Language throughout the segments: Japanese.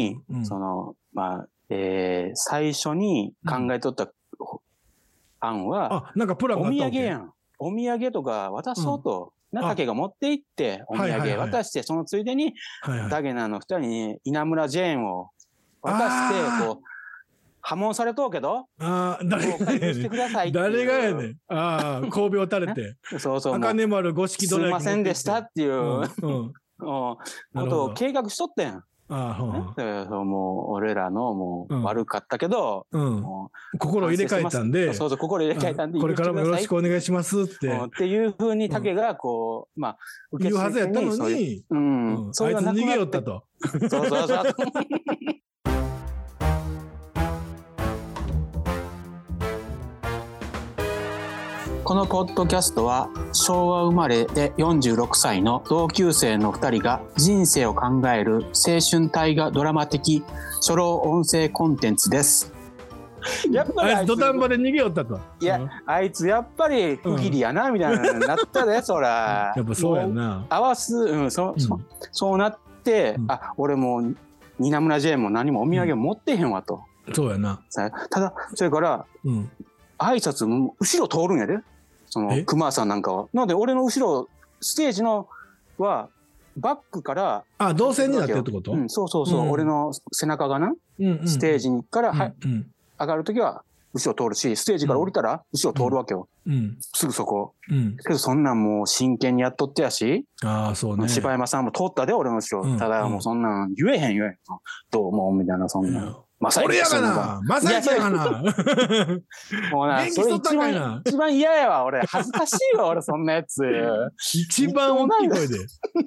に、うんその、まあ、えー最初に考えとったほ案は、あ、なんかプランおがあっ土た産やん。ん。お土産とか渡そうと。なたけが持って行って、お土はいはい産はい渡して、そのついでに、はいはい。ダゲナの二人に稲村ジェーンを渡あしーて、こう、破門されとうけど、ああ、も誰うが回復しやねてんくださいっていう誰がやねん。ああ、神戸を垂れて。 そうそう、もう茜丸五色すどいらま焼き持せってきてんでしたっていう、ううんん。うん。こなるほとをど。計画しとったやん。あだからそうもう、俺らのもううん悪かったけど、あ、うん。もう心を入れ替えたんで、そうそう、心入れ替えたんで、これからもよろしっくお願いしますってて。っていうふうに、竹がこう、まあ、受言うはずやったそのういうに、ううんん、あいつそれがな逃くなげよってたと。そうそうそう。このポッドキャストは昭和生まれで46歳の同級生の2人が人生を考える青春大河ドラマ的初老音声コンテンツです。やっぱりああいいつつ土壇場で逃げよったと。いやうんあいつやっぱり不義理やなみたいななったでそら。やっぱそうやんもな。合わす、うん、そそうんそうなって、うんあ俺もう稲村ジェーンも何もお土産持ってへんわと、そうやな。さただそれからうん。挨拶も後ろ通るんやでそえの熊さんなんかはなので俺の後ろステージのはバックからあ、同線になってるってことうん、そうそうそう、うん俺の背中がなステージから、はうん上がるときは後ろ通るしステージから降りたら後ろ通るわけよ、うん。すぐそこうん。けどそんなんもう真剣にやっとってやしああ、そうね。柴山さんも通ったで、俺の後ろ。うんただ、もうそんなん言えへん言えへん。どうも、みたいな、そんう。なんまさ俺やがなまさやがな もうな、元気そしれとった一んか番いな、一番嫌やわ、俺。恥ずかしいわ、俺、そんなやつ。い一番大きい声で。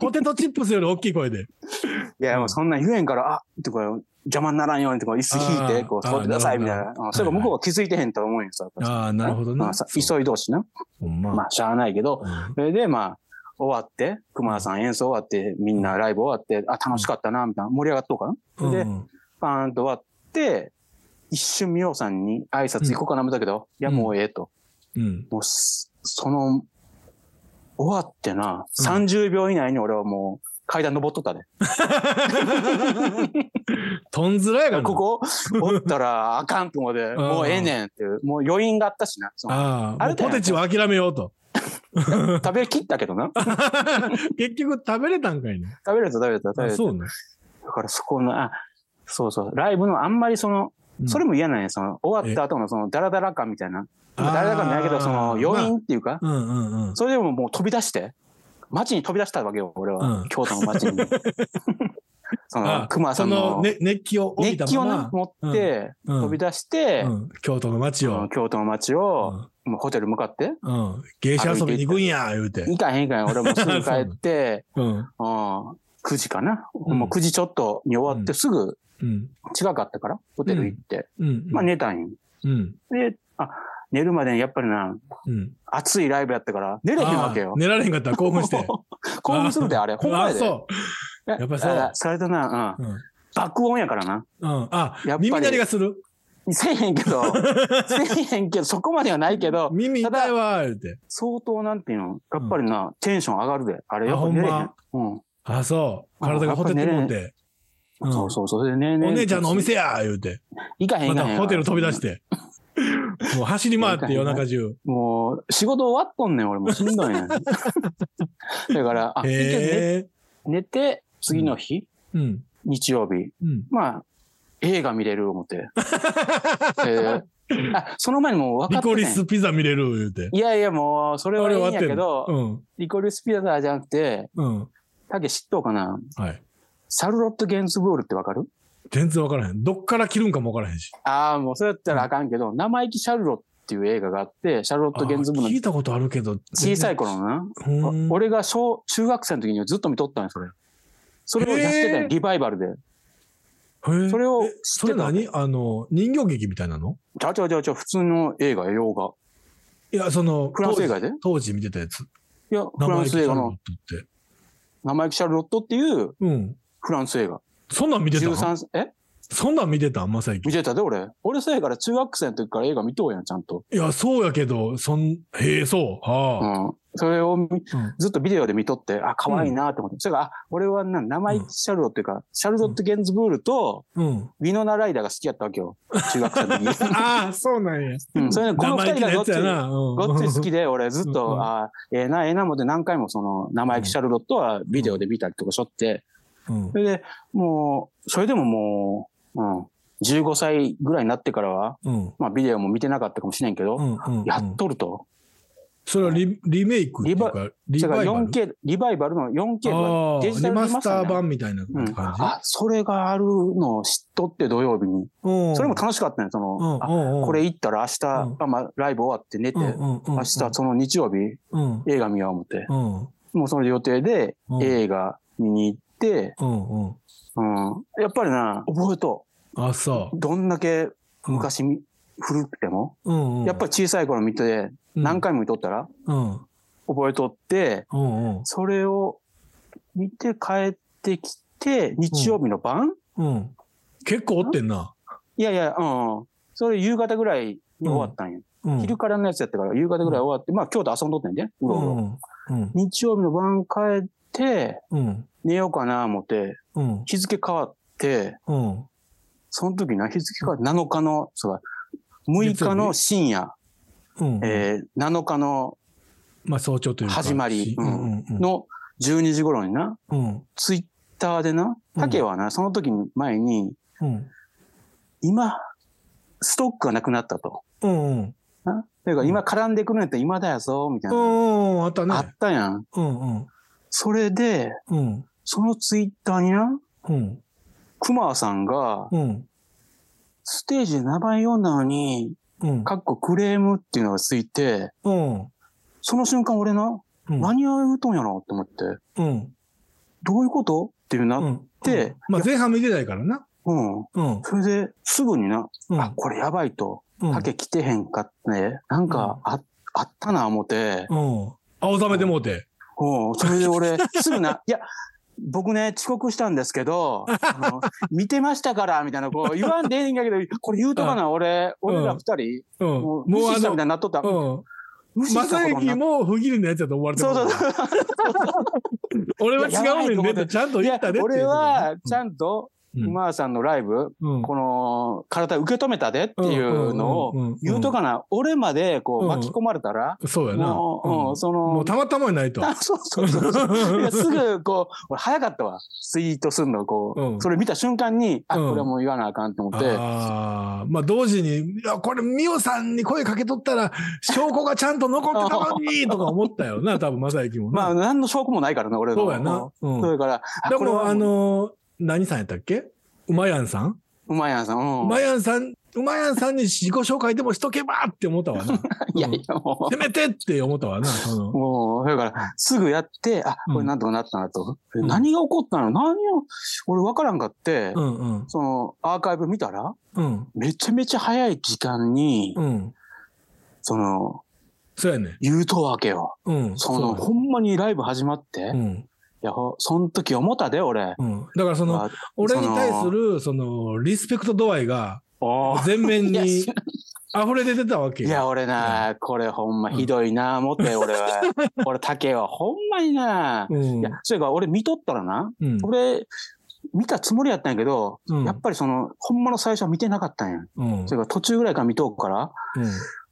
ポテトチップスより大きい声で。や、もうそんなん言えへんから、あ、とか、邪魔にならんようにとか、椅子引いあーて、こう、座ってください、みたいあーな。うんそういえば、向こうは気づいてへんと思うんよ、それああ、なるほどな。まあさ急い同士な。ほんままあ、しゃあないけど。うんそれで、まあ、終わって、熊田さん演奏終わって、みんなライブ終わって、あ、楽しかったな、みたいな。盛り上がっとうかな。でうんパーンと終わって、一瞬ミオさんに挨拶行こうかな思ったけど、いやもうええと。うん。もうす、その、終わってな、30秒以内に俺はもう階段登っとったで。とんずらやがな。ここ、おったらあかんと 思うで、んもうええねんっていう、もう余韻があったしな。そのああ、あもうれだポよテチは諦めようと。 食べきったけどな。結局食べれたんかいね。食べれた食べれた食べあれた。そうね。だからそこの、あ、そうそう、ライブのあんまりその、うんそれも嫌なんや、その、終わった後のその、ダラダラ感みたいな。あーダラダラ感じゃないけど、その、余韻っていうか、うんうんうん。それでももう飛び出して、街に飛び出したわけよ、俺は。うん京都の街 に。そあの、熊さそんののね熱気を帯び熱た気をまねま、持って、うん飛び出して、うん京都の街そのを、京都の街を、もうホテル向かって、うんうん芸者遊びに行くんや、言うて。行かへん行かへん、俺もすぐ帰 って、うん。うん、9時かな。んもう9時ちょっとに終わっうて、んすぐうん。近かったから、ホテル行って、うん。まあ寝たんよ。うん。で、あ、寝るまでにやっぱりな、うん。暑いライブやったから、寝れへんわけあよあ。寝られへんかったら興 奮して。興奮するで、あれ。ほんまや あで。そやっぱそうそれとな、うう。ん。うん。うん。爆音やからな。あやっぱ、り耳鳴りがする。せえへんけ ど、せえへんけど、そこまではないけど、耳痛いわ、言うて。相当なんていうの、やっぱりな、テンション上がるで。あれ、あやっぱ寝れへん。ほんまうん。あ、そう。体がほてってもうて。うんそうそう、それでね、ねお姉ちゃんのお店や、言うて。行かへん行まかへたん。。ホテル飛び出して て。もう走り回って夜中中。もう、仕事終わっとんねん、俺もうしんどい ねん。だから、あ、結局寝へえ。寝て、次の日、うん。日曜日、うん。まあ、映画見れる思 って。えーあ、その前にもう分かリってコてリんスピザ見れる、言うて。いやいや、もう、それあはれい終いんやわってけんど、のリコリスピザじゃなくて、うん。うん。タケ知っとうかなはい。サルロット・ゲンズボールってわかる全然わからへん。どっから切るんかもわからへんし。ああ、もうそれやったらあかんけど、生意気シャルロっていう映画があって、シャルロット・ゲンズボールあ聞のいたことあるけど。小さい頃のな、全然。うんお俺が小、中学生の時にはずっと見とったんよ、それ。それをやってたへーよ、リバイバルで。へえそれをえ知そってれたわ何あの、人形劇みたいなのちゃうちゃうちゃうちゃう、普通の映画、洋画。いや、その、フランス映画で当時見てたやつ。いや、フランス映画の生意気シャルロットっ生意て。気シャルロットっていううん。フランス映画。そんなん見てたん13、えそんなん見てたんまさゆき見てたで、俺。俺そうやから中学生の時から映画見とうやん、ちゃんと。いや、そうやけど、そん、へえ、そう。うはあ。ん。それを見うんずっとビデオで見とって、あ、可愛いなと思って。それが、あ、俺はな、生意気シャルロっていうか、シャルロット・ゲンズブールと、うん。ウィノナ・ライダーが好きやったわけよ。 中学生の時。ああ、そうなん や。うん、それでこの二生意気人ながどやっつちやな。ごごっつい好き で、俺ずっと、うんあーええな、ええな思って何回もその生意気シャルロットはビデオで見たりとかしょって、うんそ。れで、もう、それでももう、うん、15歳ぐらいになってからは、うん。まあビデオも見てなかったかもしれんけど、うん。うん。やっとると。それはリリメイクっていうか、リそれかバイバル。 4K、リバイバルの 4K あのあ、デジタリルマリマススタターーね版みたいなうん、感じ。あ、それがあるのを知っとって土曜日に。うんそれも楽しかったね、そうんの、あうんうんこれ行ったら明日、んあまあ、ライブ終わって寝て、うんうんうん明日その日曜日うん映画見よう思って。うんもうその予定でうん映画見に行って、うんうんうん、やっぱりな、覚えと。あそううどんだけ昔み、古くても、うんうんやっぱり小さい頃見て、うん何回も見とったら、うん覚えとって、うんうんそれを見て帰ってきて、日曜日の晩、うん結構おってんな。いやいや、うん。それ夕方ぐらいに終わったんや。うん昼からのやつやったから、夕方ぐらい終わって、まあ京都遊んどったんやで、ううろうろんうん日曜日の晩帰って、うん寝ようかな思って、うん日付変わって、うんその時な、日付が7日の、そうだ、6日の深夜、うんえー、7日のまあ早朝というか始まりううんんうんうんの12時頃にな、うんツイッターでな、竹はな、その時に前に、うん今、ストックがなくなったと。うんうんなというか、今絡んでくるんやったら今だよぞ、みたいな。うんあったあねったやん。うんうんそれで、うんそのツイッターにな、うんクマさんが、うんステージで名前読んだのに、うんかっこクレームっていうのがついて、うんその瞬間俺な、うん何を言うとんやろと思って、うんどういうことっていうな、うんまあ前半見てないからなうん。うんそれで、すぐにな、うんあ、これやばいと、うん竹来てへんかってね、なんかあ,、あったな、思って、うん青ざめてもうてうん、それで 俺、すぐな、いや、僕ね、遅刻したんですけど、あ の見てましたから、みたいな、こう、言わんでええんやけど、これ言うとかな、俺、俺ら二人、うんももう無視うあしたみのたいになっとった。うん無視したまことさにゆなっきも不義理なやつだと思われてそうるそうそう。俺は違う面でってちゃんとい言やったで、っていう俺は、ちゃんと、うんクマさんのライブ、うんこの、体受け止めたでっていうのうんうんうんうをん、言うとかな、俺まで、こうう、ん巻き込まれたら、そうやなもううん、もその、うたまったまにないとあそうそうそうそう。いやすぐこう、俺早かったわ。ツイートすんの、こう、うんそれ見た瞬間に、あ、うんこれはもう言わなあかんと思って、あーまあ同時にいやこれ美桜さんに声かけとったら証拠がちゃんと残ってたのにとか思ったよな多分正行もまあ、な、何の証拠もないからな、俺の。そうやな、うんん。それから、でこれもはあ、の何さんやったっけうまやんさんうまいやんさん、ううん。まやんさんうまやんさんに自己紹介でもしとけばって思った わな いやいや、もせめてって思ったわな、う、もう、それから、すぐやって、あ、これなんとかなったなと。うん何が起こったの何を、俺わからんかって、うん、うんその、アーカイブ見たら、うんめちゃめちゃ早い時間に、うんその、そうやね言うとわけよ。うんそそうの、やほんまにライブ始まって、ういんや、ほその時思ったで、俺。うん、だからそのあ俺に対するそのリスペクト度合いがおー全面いやにい溢れ出てたわけよや、俺な、これほんまひどいな、思って、俺 は。俺、竹はほんまにな。うんいや、それから俺見とったらな、うん俺、見たつもりやったんやけど、うんやっぱりその、ほんまの最初は見てなかったんや。うんそれから途中ぐらいから見とくから、うん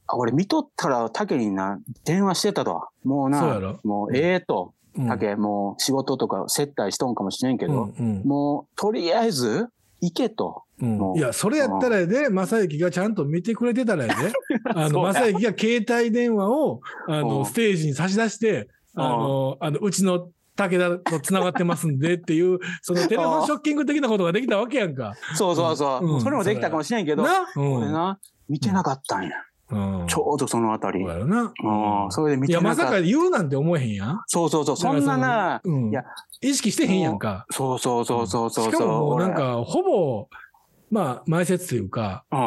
あ、俺見とったら竹にな、電話してたとは。もうそうやな、ろもうええと、うん竹、もう仕事とか接待しとんかもしれんけうんど、うんもう、とりあえず、行けと。うもんういやそれやったらやで正行がちゃんと見てくれてたらや であのそうや正行が携帯電話をあうのんステージに差し出してうんあのあのうちの武田とつながってますんでっていうそのテレフォンショッキング的なことができたわけやんか。そうそうそう。うんうんそれもできたかもしれんけど、な、う俺んな、見てなかったんや。うん、ちょうどそのあたり。そううやろな。ん、それで見いてやなかまった。さか言うなんて思えへんやん。そうそうそう、そんなな、うんいや意識してへんやんか。そうそうそうそうそう。しかももう俺なん、か、ほぼ、まあ、前説というか、前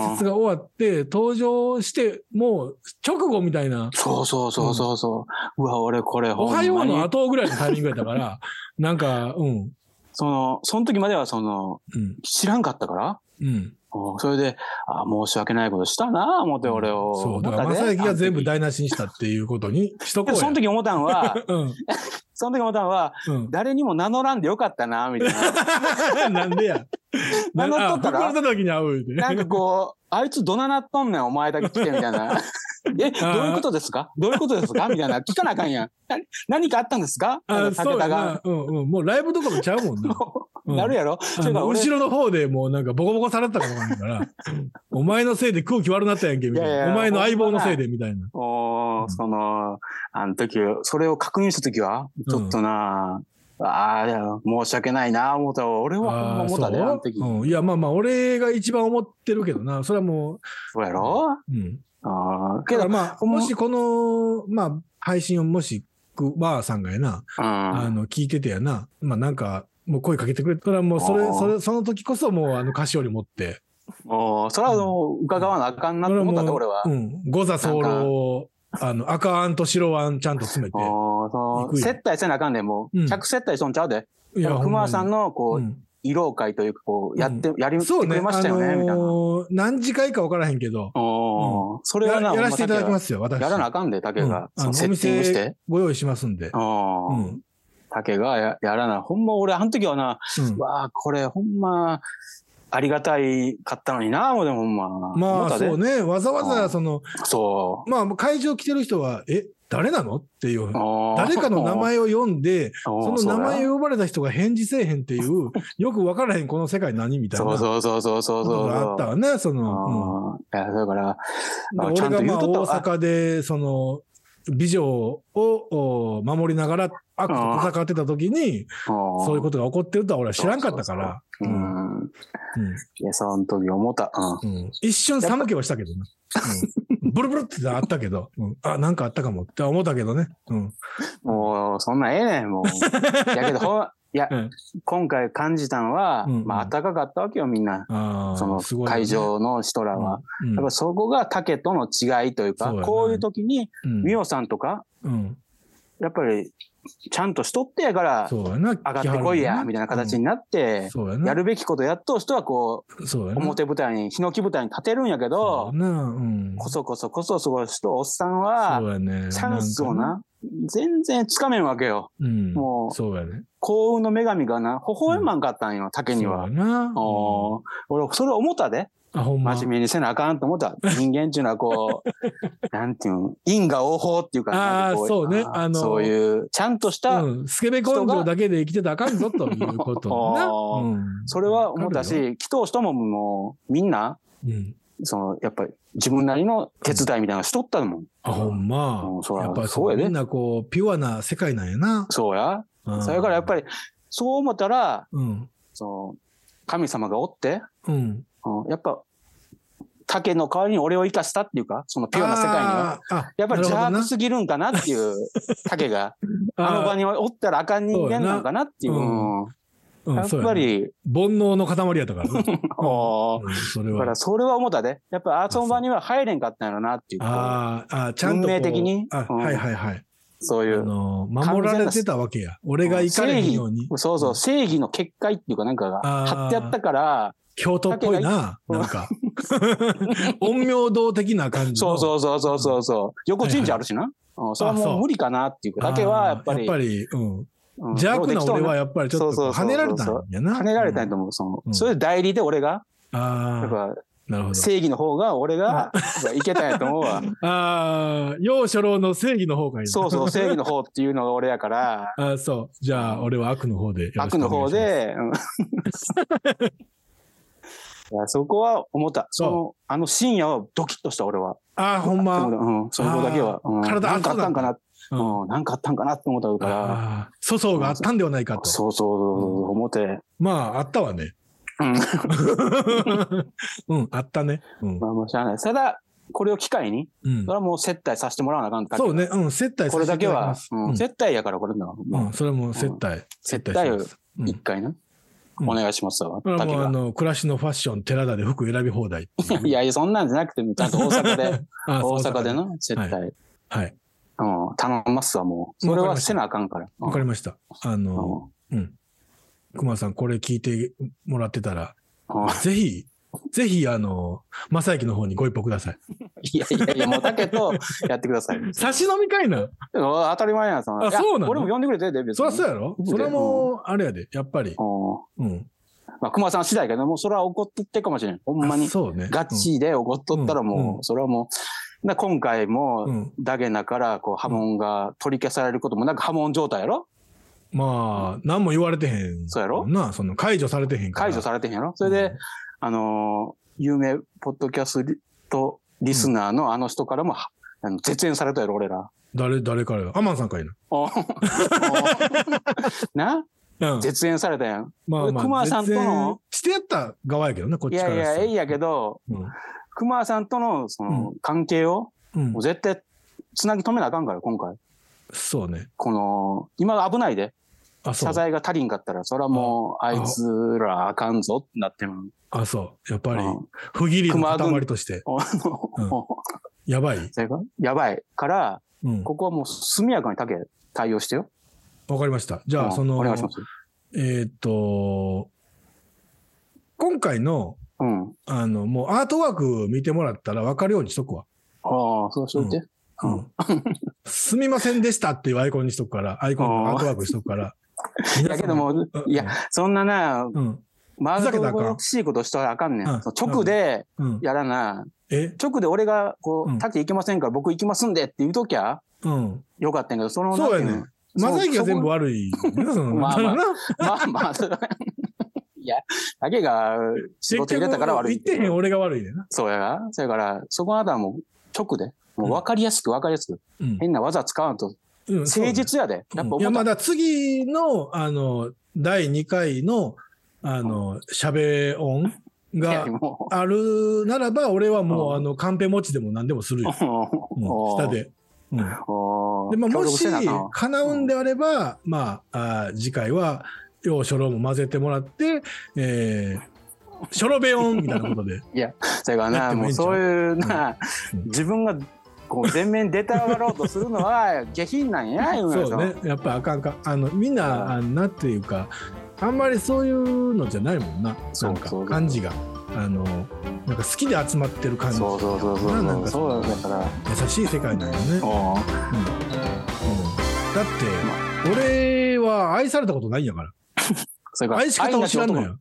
うん説。が終わって、登場して、もう直後みたいな、そうそうそうそうそう。うわ、俺これ、 おはようの後ぐらいのタイミングやったから、なんか、うん、その、その時まではその、うん。知らんかったから、うん。うんそれで、あ申し訳ないことしたな、思って俺を。そう。だから、思った正で行が全部台無しにしたっていうことにしとでもこうや。その時思ったんは、うん。その時思ったんは、 うん。誰にも名乗らんでよかったな、みたいな。なんでや。名乗っとったらあ振られた時に会う なで。んかこう、あいつどななっとんねん、お前だけ来て、みたい な。え、どういうことですかどういうことですかみたいな。聞かなあかんやん。な何かあったんですかあのあ、武そう田やが。な。うんうん。もうライブどころちゃうも んな。うんなるやろそあれからの俺後ろの方でもうなんかボコボコされてたかもわかんないから、お前のせいで空気悪なったやんけ、みたいいやいな。やお前の相棒のせいで、みたいな。おうーんその、あの時、それを確認した時は、ちょっとな、ああ、いや申し訳ないな、思ったわ。俺はほんま思ったで、あの時。う、うん、いや、まあまあ、俺が一番思ってるけどな、それはもそうやろう、うん。ああ、けけど、どうん。まあ、んまもしこの、まあ、配信をもし、くばあさんがやな、あの、聞いててやな、まあなんか、もう声かけてくれたら、もうそれ、あーそれ、その時こそもう、あの、菓子折り持って、おーそれはもう伺わなあかんなと思ったで、俺はう。ん、五座候を、あの、赤あんと白あんちゃんと詰めて、おー行そくうよ接待せなあかんで、もうう、ん客接待しとんちゃうで。いや、ほんま熊にさんの、こうう、ん慰労会というか、こう、やって、やり、そうてくね、れましたよね、みたいな。ー何時間か分からへんけど、おーそれやはな、。やらせていただきますすよ、私。やらなあかんで、竹うんが。あそののセおッティングして店。ご用意しますんで。あうあん。うん。竹がややらない。ほんま俺、あの時はな、わあ、これほんま、ありがたいかったのにな、もうでもほんま。ま思っあ、たでそうね、わざわうざ、んその、そう。まあ、会場来てる人は、え、誰なのっていう。あー誰かの名 前を読んで、そそうの名前を。を呼ばれた人が返事せえへんって いう、よく分からへん、この世界何みたいなそうこそうそうそうそうそとう。があったわね、その。うんあーいやだから、であ俺ちゃんとが言まうあと大った阪で、その、美女をお守りながら悪と戦ってた時に、そそういうことが起こってるとは俺は知らんかったから。ううんん。いや、その時思った。うん。うん一瞬寒気はしたけどな。うんブルブルってあったけど、うんあ、なんかあったかもって思ったけどね。うんもう、そんなんええねん、もう。いやけど、ほん、いやうん、今回感じたんは、うんまあ、暖かかったわけよ、みんな。あーそのすごいよね会場の人らは。うんやっぱそこが竹との違いというか、そうやなこういう時に、うんミオさんとか、うんやっぱり、ちゃんとしとってやから、そうやな。上上がってこいや、みたいな形になって、そうややな。るべきことやっとう人は、こそうう、やな。表舞台に、ヒノキ舞台に立てるんやけそどう、やな。うん。こそこそこそそこ人、おっさんそは、うやね。チャンスをんかな、全然つかめんわけよ。な。うん。もうそうやね。幸運の女神がな、微笑まんかったんよ、竹にはそう。やな。おー俺、それ思ったで。あ、ほんま。真面目にせなあかんと思った。人間っていうのはこ う、なんていうん、因果応報っていうか、なんかこあーそうねーあのそういう、ちゃんとした、うんスケベ根性だけで生きてたらあかんぞということだ なおーうんそれは思ったし、わか祈祷人ももう、みんな、るようんその、やっぱり自分なりの手伝いみたいなのしとったもん。あ、ほんまうん。そうややっぱそうそうやねみんなこう、ピュアな世界なんやな。そうや。うんそれからやっぱり、そう思ったら、うん。その、神様がおって、うん。うんやっぱ、竹の代わりに俺を生かしたっていうか、そのピュアな世界には。あー。あやっぱり邪悪なるすぎるんかなっていう、竹が。 ほどあのな場におったらあかん人間なんかなっていう。そうやなうんあーうんやっそうぱねり、煩悩の塊やったか らね。おーうんそれだからは。それは思ったで。やっぱあその場には入れんかったんやろなっていうこと、あーあー、ちゃんとこう。運命的にあ、うんはいはいはい。そうあいう。のー、守られてたわけや。俺が行かれへんように。そうそう、正義の結界っていうかなんかがあー張ってあったから、京都っぽいな。うんなんか。 陰陽道的な感じその。うそうそうそうそうそう。横神社あるしな。うんそれはあそもうう無理かなっていうあー。だけはやっぱり。うん。うん邪悪な俺はよやっぱりちょっとこそううそ跳うそうそうねられたんやうな。できとんね跳ねられたんやと思う。そのうんそれで代理で俺が、あやっあ、ぱなるほど。正義の方が俺がやっぱいけたんやと思う わ。ああ、要所老の正義の方がいいな。そうそう、正義の方っていうのが俺やから、あーそう。じゃあ、俺は悪の方でよろしく悪お願いします。の方で、うん いやそこは思った。その、あの深夜はドキッとした俺は。ああ、ほんま。うん、そこだけは。うん、体なんかあったんかな、う。うんあん、なんかあったんかなって思ったから、あ、粗相があったんではないかと。そうそうそうそう、思って。まあ、あったわね。 うん、うん、あったね。うん。まあ、もう知らない。ただ、これを機会に、うんそれ、はもう接待させてもらわなあかんってそうね。うん、接待こされだせていけただきまは、す。うん接待やからこれな。うん、うもん、それはもう接待。接待します。ううん一回な、うんお願いしますわ。これはだけもう、あは。の、暮らしのファッション、寺田で服選び放題ってう。 いやいや、そんなんじゃなくて、ちゃんと大阪 で、あー、大阪でなな、接待。はい。うん、頼みますわ、もう。それはせなあかんから。わかりました。あうんの、うん。熊さん、これ聞いてもらってたら、ぜひ、ぜひ、あの、正行の方にご一報ください。いやいやいや、もうだけと やってください。差し飲み会な。当たり前やん、そんな。あそうなのいや俺も呼んでくれて、デビューそりゃそうやろそれも、あれやで、やっぱり。うん。まあ、熊さん次第やけど、もうそれは怒っとってっかもしれん。ほんまあに。そうね。ガチで怒っとったらうんもうう、んそれはもう、だから今回うも、ん。ダゲナからこう波紋が取り消されることもなく波紋状態やろまあ、何も言われてへん。そうやろな、その解除されてへんから。解除されてへんやろそれうでん、あのー、有名ポッドキャストリスナーのあの人からも、はあの絶縁されたやろ、俺 ら。誰、誰からよアマンさんからいおおなな。うん。絶縁されたやん。まあまあ、熊さんとの全然してやった側やけどね、こっいちかやらいしたや、らえいやけど、熊さんとのその関係を、うん。うもんう。絶対、つなぎ止めなあかんから、今回。そうね。この、今危ないで。あ、そ謝う。罪が足りんかったら、それはもう、ああいつらあかんぞってなってる。あ、そう。やっぱりう、ん不義理の熊軍塊として、あうんのやばい。それがやばいから、うん。ここはもう速やかに竹対応してよ。わかりました。じゃうあ、んそのお、願いします。えーっと、今回の、うん。あの、もうアートワーク見てもらったら分かるようにしとくわ。ああ、そうしといて。ううんん。すみませんでしたっていうアイコンにしとくから、アイコンのアートワークにしとくから。 いやけども皆さん、いや、、そんなな、うんうん。マウふざけンたらあかんトしいことしたらあかんねうんん。その直でうん。やらな、え直で俺が、こうんう、竹行けませんから僕行きますんでって言うときゃうん。よかったんやけど、その、そうやねなんていマのサイキが全部そ悪い。皆さ んまあまあなまあまあ、それ はいや、竹が仕事入れたから悪い言ってへん俺が悪いねんな。そうやな。それから、そこあなたはもう直で、もう分かりやすく分かりやすく、うん。変な技使わんと、うん誠実やで。やっぱい思や、っまた。だ次の、あの、第2回の、あの、喋音いやがもあるならば、俺はもう、うんあの、カンペ持ちでも何でもするよ。う、うん、もう下。で。うん。おー で、ま あ、協も力してなあかんわ、叶うんであれば、まあ、あー次回は、要初老も混ぜてもらって、えー、初老べ音みたいなことで。それからやっな、てももいいうんちゃうそういうな、うん自分がこう全面に出たがろうとするのは 下品 なんや、言のよそうね。やっぱあかんか。あの、みんな、あのなんていうか、あんまりそういうのじゃないもんな。そうなんかそうそう感じが。あの、なんか好きで集まってる感じ。そうそうそうそうなそんうかそうだから優しい世界なんよね。うん。うんおーだって、俺は愛されたことないんやから。それから愛し方を知らんのよ。